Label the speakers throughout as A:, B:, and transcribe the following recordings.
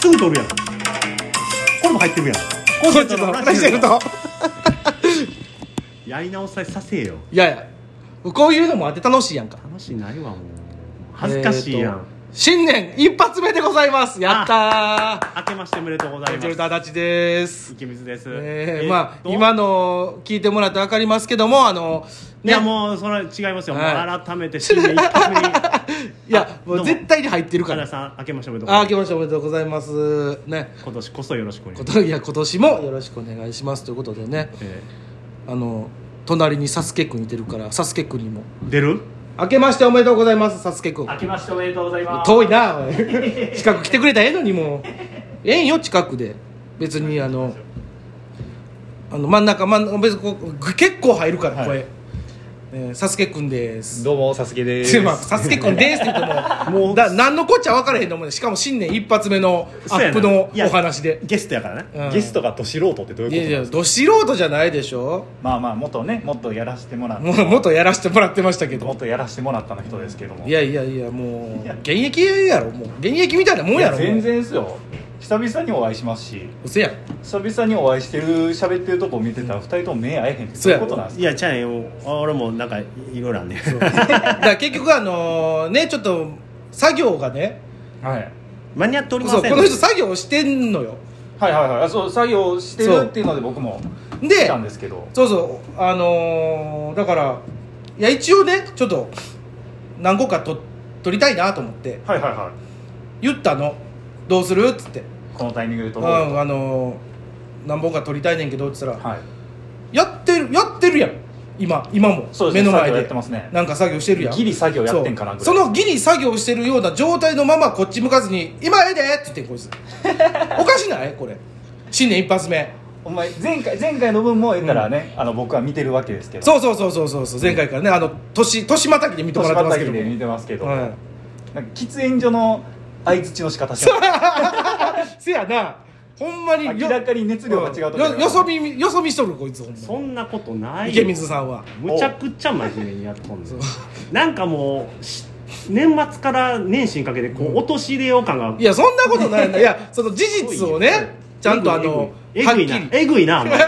A: すぐ取るやんこれも入ってるやんコ
B: コンチェルトの話してると
A: やり直ささせよ
B: いやいやこういうのもあって楽しいやんか
A: 楽しいないわもう恥ずかしいや
B: えーと
A: ん、
B: 新年一発目でございますやった
A: 明けましておめでとうござ
B: ー
A: い
B: コンチェル
A: ま
B: ト足立です
A: す池水です
B: えー
A: ー
B: まあ
A: と
B: 今の聞いてもらって分かりますけどもあの
A: いやもうそれは違いますよ、
B: はい
A: もう改めて新 年一発目に
B: いや
A: あ
B: も
A: ど
B: う
A: うも
B: 絶対に入ってるか
A: 岡田
B: ら
A: さん明けましておめでとうござい
B: ああ
A: ま
B: 来ましたおめでとうございますね
A: す今年こそよろしくお願いし
B: こ
A: ます、
B: といや今年もよろしくお願いしますということでね
A: え
B: あの隣にサスケくんいてるからサスケくんにも
A: ー出る
B: 明けましておめでとうございますサスケくん
C: 明けましておめでとうございます。
B: 遠いなおい近く来てくれたらええのにもうええんよ近くで別にあのあの真ん中真ん中別にこう結構入るから声、えーサスケくんです
D: どうも、サスケで
B: まあ、サスケくんですって言っても、もう、だ、何のこっちゃ分からへんと思うね。しかも新年一発目のア
A: そうや
B: ッ
A: な
B: プの
A: いや
B: お話で。
A: ゲストやからね
B: うん
D: ゲストがど素人ってどう
B: い
D: い
B: やい
D: うことなん
B: や、
D: ですか
B: ど素人じゃないでしょ
D: まあまあ、もっとね、もっとやらせてもらっ
B: もう、もっとやらせてもらってましたけ
D: もっ
B: ど。
D: とやらせてもらったの人ですけども。
B: いやいやいや、もう、現役やろ、もう。現役みたいなもんやろ、もう
D: 全。然ですよ。久々にお会いしますし、
B: うせやん。
D: 久々にお会いしてる、喋ってるとこ見てたら、二人とも目合えへんって
B: そう
D: どう
B: や
D: いうことなんです
A: いやちゃうよ俺もなんかいろいろあん ねん
B: そうだから結局、あのね、ちょっと、作業がね、
D: かはい。
A: 間に合っておりませ
B: そ
A: ん
B: う、この人作業してんのよ。
D: はいはいはいあ。そう、作業してるっていうので僕も
B: で
D: 来たんですけど。
B: そうそうあのーだからいや一応ねちょっと何個かと撮りたいなと思って
D: はいはいはい。
B: 言ったのどうするっつって
D: このタイミング
B: 「
D: で
B: う
D: 撮
B: ん
D: ろうと。
B: あのー何本か撮りたいねんけど」っつったら、
D: はい。
B: やってるやってるやん今今も
D: そうで
B: 目
D: す
B: の
D: ね
B: 前
D: 作業
B: で
D: やってますね
B: なんか作業してるやん
D: ギリ作業やってんかなぐらい
B: そうそのギリ作業してるような状態のままこっち向かずに「今ええで!」って言ってん こいつおかしないこれ新年一発目
D: お前、前回、前回の分も言ったらね、あの、僕は見てるわけですけど。
B: そうそうそうそうそうそう前回からねあの年年またぎで見てもらってますけども
D: 年末だけで見てますけど。
B: はい
D: なんか喫煙所の相槌の仕方してます
B: せやなほんまに
D: 明らかに熱量が違うところ
B: よよそ見よそ見しとるこいつほんま
A: そんなことないよ
B: 池水さんは
A: むちゃくちゃ真面目にやっとんのなんかもうし年末から年始にかけてこう落とし入れよう感が
B: いやそんなことないんだいやその事実をねちゃんとあの
A: えぐいな
B: はっきり
A: えぐいなお前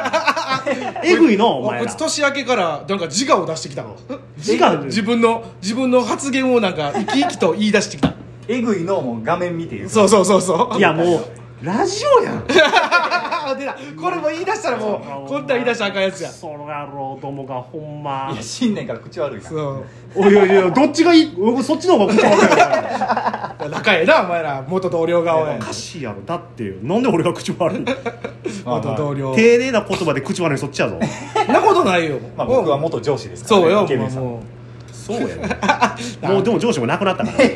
A: えぐいのお
B: あ
A: 前
B: こい
A: ら
B: つ年明けからなんか自我を出してきたの
A: 自我
B: 自分の自分の発言をなんか生き生きと言い出してきた
D: えぐいのをもう画面見て言う
B: そうそうそうそう
A: い
B: い
A: やもうラジオやん
B: 出たこれも言い出したらもうこんなん言い出したらあかんやつや
A: その野郎どもがほんま
D: いや新年から口悪いな
B: そう
A: おいやいやどっちがいいおそっちの方が口悪いから
B: 仲ええなお前ら元同僚がおい
A: おかしいやろだってなんで俺が口 悪いの
D: まあま
B: 元
D: あ
B: 同僚
A: 丁寧な言葉で口悪いのそっち やぞ
B: そんなことないよ
D: まあ僕は元上司ですから、ね、
B: そうよ
D: イケメンさん
B: も
A: そうやねもうでも上司もなくなったから
B: う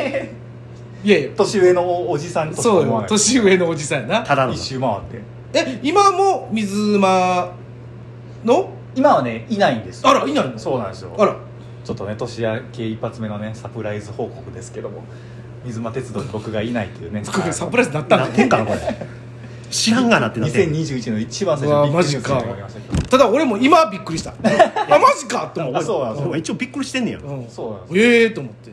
B: いやいや
D: 年上のおじさんとしか
B: そう
D: 思わ
B: よ
D: ない
B: 年上のおじさんやな
A: ただの
D: 一周回って
B: え今も水間の
D: 今はねいないんですよ
B: あらいないの
D: そうなんですよ
B: あら
D: ちょっとね年明け一発目のねサプライズ報告ですけども水間鉄道に僕がいないっていうね
B: これサプライズになった
A: なっ
B: ん
A: て
B: だ
A: んかなこれ知らんがなってなってん
D: 2021の一番最
B: うわ
D: 初にビッ
B: マジか
D: グニュースになりましたけど
B: ただ俺も今びっくりした あマジかと思
D: あそうなんです
A: お
D: よ
A: 前一応びっくりしてんねや
B: う、うん、
D: そうなんです
B: ええー、と思って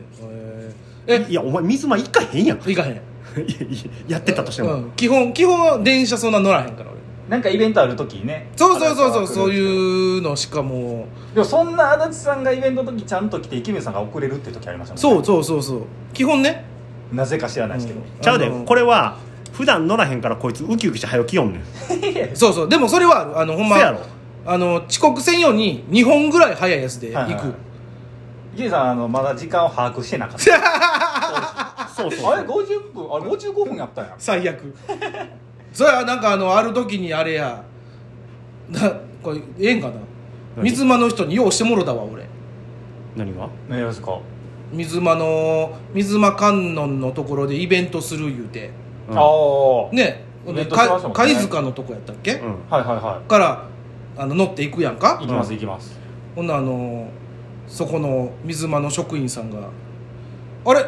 B: えー
A: いやお前水間行かへんや んい
B: え行かへん
A: やいややってたとしても、
B: うん、基本基本は電車そんな乗らへんから俺
D: なんかイベントある時にね
B: そうそうそうそうそう
D: う
B: いうのしかも
D: でもそんな足立さんがイベントの時ちゃんと来て池水さんが遅れるって時ありましたもんね
B: そうそうそうそう基本ね
D: なぜか知らないですけど、
B: ん
A: ちゃうで
B: あの
A: これは普段乗らへんからこいつウキウキして早起きよんねん
B: そうそうでもそれはあるあのほんま
A: せやろ
B: あの遅刻せんように2本ぐらい早いやつで行く、
D: はいはいはい池江さんあのまだ時間を把握してなかった
A: そうそう
D: あれ50分あれ55分やったんや
B: 最悪 それはなんかあのある時にあれやなこれええんかな
A: 何
B: 水間の人に用してもろたわ俺
A: 何が
D: ねですか、
B: 水間の水間観音のところでイベントする言うて
A: う
D: あ
A: ん
D: あはい
B: ね
D: イベントしてましたも
B: か
D: んね
B: 貝塚のとこやったっけ、
A: うん
D: はいは
B: からあの乗っていくやんか
D: い行きます行きます
B: ほんならあのそこの水間の職員さんが「あれ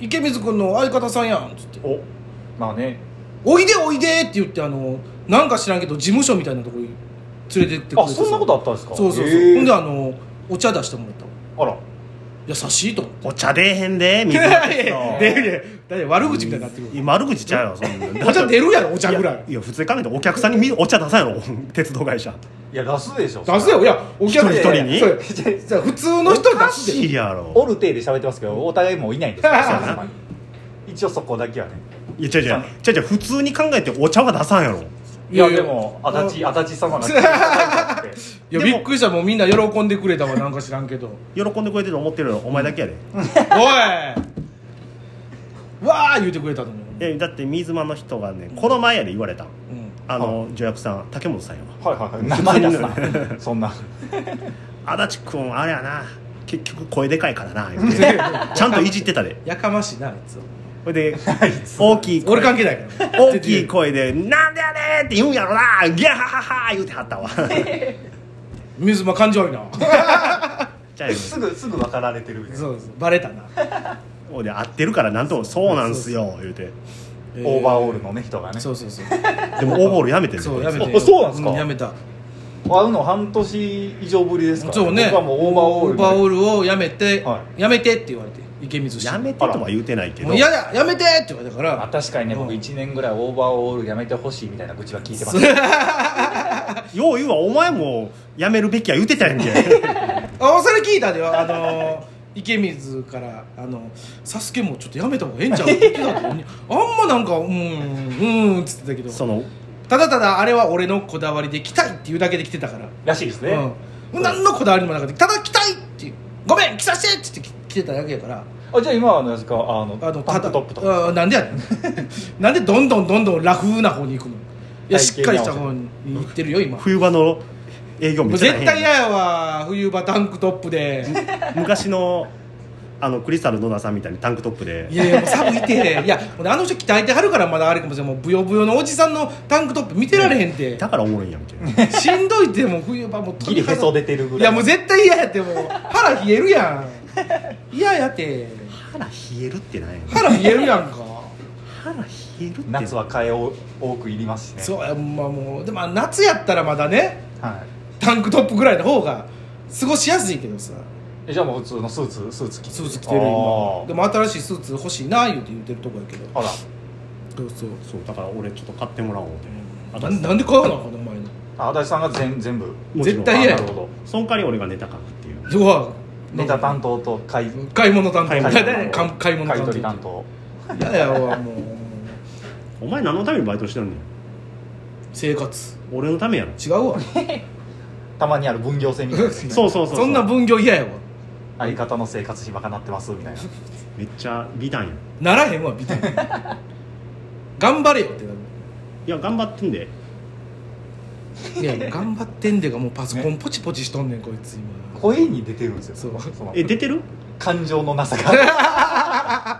B: 池水君の相方さんやん」っつって
D: おまあね
B: 「おいでおいで」って言ってあのなんか知らんけど事務所みたいなとこに連れてってくれて
D: あそんなことあったんですか
B: そうそうそう、
D: へー
B: ほんであのお茶出してもらったわ
D: あら
B: 優しいと思 って
A: お茶出えへんで
B: い
A: 水
B: や
A: 野 哲
B: いや
A: 郎
B: 出るやんだって悪口みたいになってくる
A: いや悪口ちゃうよそんな
B: お茶出るやろお茶ぐらい
A: いや普通に考えてお客さんにみお茶出さんやろ 鉄道会社
D: いや出すでしょ
B: 出すよいやお客
A: 一人一人に
B: それじゃあ普通の人
A: お
B: は
A: か
B: 出す
A: し
B: で
A: いやろ
D: おる程度喋ってますけどお互いもういないんです よ
B: そうやな
D: ほんまに一応そこだけはね
A: いや違う違う違う違う普通に考えてお茶は出さんやろ
B: い
D: い
B: や
D: や
B: いや
D: でも足立足立様が
B: いや
A: で
B: び
A: も
B: っくりしたもうみんな喜んでくれたわなんか知らんけど
A: 喜んでくれてると思ってるのお前だけやで、
B: おいわー言うてくれたのに、
A: いやだって水間の人がねこの前やで言われた
B: うん、
A: あの助役さん竹本さんやわ
D: はいはいはい名前出すな そんな
A: 足立君あれやな結局声でかいからな言うて ちゃんといじってたで
B: やかましいなあいつ
A: ほい で大きい声
B: 俺関係ないから
A: 大きい声で「なんでやねん!」って言うんやろなギャハハハ言うては ったわ
B: 水間感情悪いな
A: じゃあ
D: すぐすぐ分かられてるみたいな
B: そうですバレたな
A: ほいで合ってるからなんともそうなんすよ言うて
D: オーバー
B: ー
D: オールのね人がね
B: そうそうそう
A: でもオーボールやめてんね
B: そうやめて
D: あそうなんすか
B: やめた
D: 会うの半年以上ぶりですから
B: そうね
D: 僕はもうオーバーオール
B: オーバーオ
D: ル
B: ールをやめて、
D: は
B: やめてって言われて池水氏
A: やめてとは言うてないけど
B: もう嫌だやめてって言われたか
D: あ
B: ら
D: 確かにね僕1年ぐらいオーバーオールやめてほしいみたいな愚痴は聞いてま
B: そ
D: し
B: う
D: た
A: よう言うわお前もやめるべきや言うてたやんけ
B: あそれ聞いたでよあ のー池水から「あのサスケもちょっとやめた方がええんちゃう?」って言ってたのにあんまなんか「うんうんうん」っつってたけど
A: その
B: ただただあれは俺のこだわりで来たいっていうだけで来てたから、
D: らしいですね、
B: うん、何のこだわりもなかったただ来たいっていう「ごめん来させて!」っつって来てただけやから
D: あじゃあ今は何ですかあの
B: あの
D: タ
B: た
D: ンク
B: だ
D: トップとか
B: あなんでやねん なんでどんどんどんどんラフな方に行くのいやしっかりした方に行ってるよ今
A: 冬場の営業
B: も
A: 見
B: う
A: てた
B: 絶
A: や
B: 対
A: ん
B: 嫌やわ冬場タンクトップで
A: 昔のあのクリスタル野田さんみたいにタンクトップで
B: いやいやもう寒いていやほんであの人鍛えてはるからまだあれかもしれんもうブヨブヨのおじさんのタンクトップ見てられへんて
A: だからおもろいんやみたいな
B: しんどいってもう冬場もう
D: ギリへそ出てるぐらい
B: いやもう絶対嫌やってもう腹冷えるやん嫌やって
A: 腹冷えるってなんやねん
B: 腹冷えるやんか
A: 腹冷えるって
D: 夏は替えを多くいりますしね
B: そうやまあもうでも夏やったらまだね
D: は
B: タンクトップぐらいの方が過ごしやすいけどさ
D: いえじゃあもう普通のスーツスーツ着て
B: スーツ着てる今
D: あ
B: でも新しいスーツ欲しいな言うて言うてるとこやけど
D: ーあら
B: そうそう
A: そうだから俺ちょっと買ってもらおうってあ
B: な
A: と
B: んなんで買わなあかんのお前の
D: あ足立さんが全全部
A: もちろ
B: 絶
A: ん
B: 対嫌や
D: あなるほど
A: その代わり俺がネタ書くっていう
B: うわ
D: ネタ担当と買い
B: 買い物担当
A: 買い物
B: 買い物担当買い物
D: 買い取り
B: 担
D: 担当
B: 当やだよわもう
A: お前何のためにバイトしてるのよ
B: 生活
A: 俺のためやろ
B: 違う わ
D: たまにある分業制みたいな
A: そうそうそう
B: そんな分業嫌やわ
D: 相方の生活費バカなってますみたいな
A: めっちゃ美談やん
B: ならへんわみたいな頑張れよってなる
A: いや頑張ってんで
B: いやいや頑張ってんでがもうパソコンポチポチしとんねんこいつ今
D: 声に出てるんですよ
B: そう
D: の
A: え出てる
D: 感情のなさが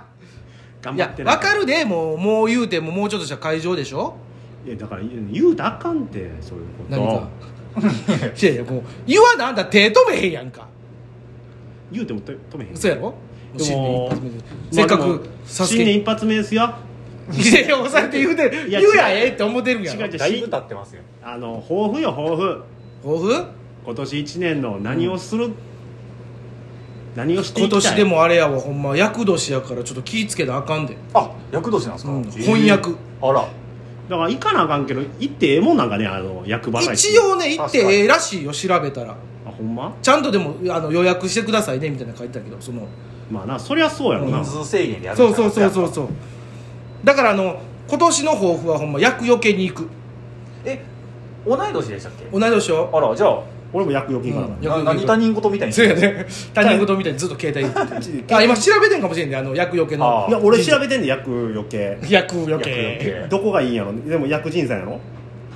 A: 頑
B: い
A: 張
B: や
A: って
B: 分
A: ない
B: かるでもうもう言うてももうちょっとした会場でしょ
A: いやだから言うたらあかんってそういうこと
B: 何かいやいやもう言わなあんた手止めへんやんか
A: 言うてもと止めへん
B: 嘘やろ
A: でも
B: 新年一発目で
A: まあ
B: せっか
A: でも
B: くサス
A: 新年
B: ケ
A: 一発目ですよ
B: いやいや押されて言うて
A: いや
B: 言うや
A: 違う
B: ええって思ってるやん
A: 違う違う
D: だいぶ経ってますよ
A: あの抱負よ抱負
B: 抱負
A: 今年一年の何をする、何をしてい
B: 今
A: きたい
B: 年でもあれやわほんま厄年やからちょっと気ぃつけなあかんで、
D: あ役年なんですか、
B: うん、
D: え
B: 翻訳
D: あら
A: だから行かなあかんけど行ってええもんなんかねあの役場が
B: 一応ね行ってええらしいよ調べたら
A: あほんま
B: ちゃんとでもあの予約してくださいねみたいなの書いてたけどその
A: まあなそりゃそうやろな、
D: 人数制限でやる
B: そ
D: ん
B: う
D: じゃ
B: そ
D: な
B: う
D: くて
B: そうそうそうだからあの今年の抱負はほんま厄除けに行く
D: え同い年でしたっけ
B: 同い年よ
D: あらじゃあ
A: 俺も役預金からな、
B: うん
D: な何他人事みたいに
B: そうやね他人事みたいにずっと携帯 あ今調べてんかもしれんねあの厄除けの
D: あ
A: いや俺調べてんで役余計
B: 厄除
D: 厄除
B: け
D: け
A: どこがいいんやろでも役人さんやろ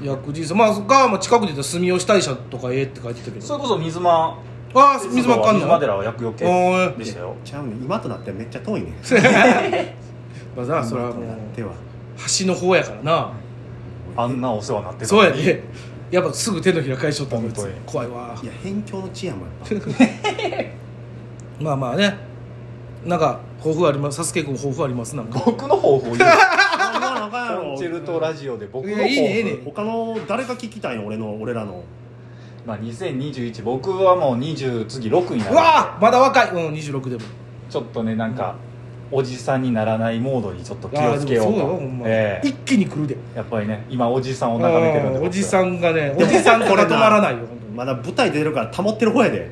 B: 厄人さんまあそっかまあ近くで言ったら住吉大社とかええって書いてたけ
D: そ
B: ど
D: れこそ水間
B: ああ水間かん
D: 水
B: の
D: 間寺は厄除けでしたよ
A: ちゃうね今となってはめっちゃ遠いね
B: まあなそれは
A: 今と
B: も
A: な
B: う
A: っては
B: 橋の方やからな
D: あんなお世話になってた
B: そう
D: の
B: や
D: に
B: ねやっぱすぐ手のひら返しとったもん
D: 本当に
B: 怖いわ
A: いや辺境の地やもんやっぱ
B: まあまあねなんか抱負ありますサスケ君抱負ありますなんか
D: 僕の 方法言う
A: あ言わなあかんや
D: コンチェ
A: ろ
D: ルトラジオで僕の
B: い
D: 抱
B: や
D: 負
B: いいねいいね
A: 他の誰が聞きたいの俺の俺らの
D: まあ、2021僕はもう20次6にな
B: う
D: る
B: わーまだ若いうん26でも
D: ちょっとねなんか、おじさんにならないモードにちょっと気
B: あ
D: を
B: ー
D: つけ
B: で
D: よ
B: も
D: う
B: そう
D: と
B: だよほんま、
D: ええ
B: 一気に来るで
D: やっぱりね今おじさんを眺めてるんで
B: うんおじさ
D: ん
B: んがねおじさんとか止まらないよ本当に
A: まだ舞台出てるから保ってる方やで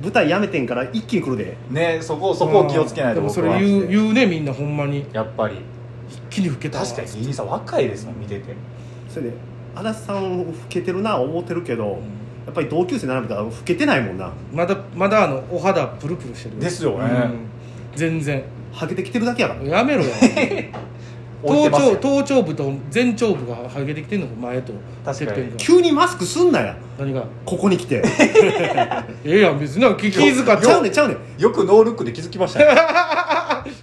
A: 舞台やめてんから一気に来るで
D: ねそこそこを気をつけないと
B: うんで
D: 僕
B: も
D: は
B: それ言う言うねみんなほんまに
D: やっぱり
B: 一気に老けたわ
D: 確かに芸人さん若いですもん見てて
A: それで足立さん老けてるな思ってるけど、
B: ん
A: やっぱり同級生並べたら老けてないもんな
B: まだまだあのお肌プルプルしてる
D: ですよね
B: うん全然
A: ハゲてきてるだけやから
B: やめろよ
D: 置い
B: 頭
D: てます
B: 頂
D: よ
B: 頭頂部と前頂部がハゲてきてんのか前と
D: 確かに
B: てっぺんが
A: 急にマスクすんなや
B: 何が
A: ここに来て
B: ええやん別になんか 気気遣っ
A: ち
B: て
A: ゃうねんちゃうねん
D: よくノールックで気づきま したね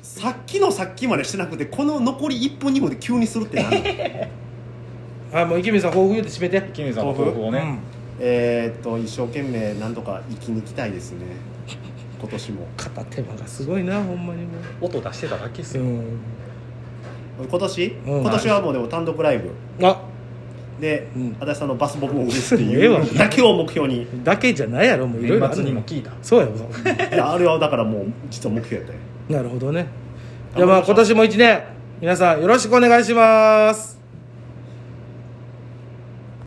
A: さっきのさっきまでしてなくてこの残り1分2分で急にするってなんなん
B: あもう池見さん抱負言うて締めて
D: 金さんの抱負をね、
A: えーっと一生懸命なんとか生き抜きたいですね今年も
B: うん、片手間がすごいなほんまにも
D: 音出してただけです
B: う、
D: よ、
B: うん、
A: 今年、
B: うん
A: 今年はもうでも単独ライブ
B: あ
A: で、
B: うん
A: 足立さんのバスボムを売るって
B: ええわ
A: いうだけを目標に
B: だけじゃないやろもういろいろあ
D: 年
B: る
D: 末にも聞いた
B: そうやわ
A: いやあれはだからもう実は目標やったよ
B: なるほどねじゃあまあ今年も一年皆さんよろしくお願いします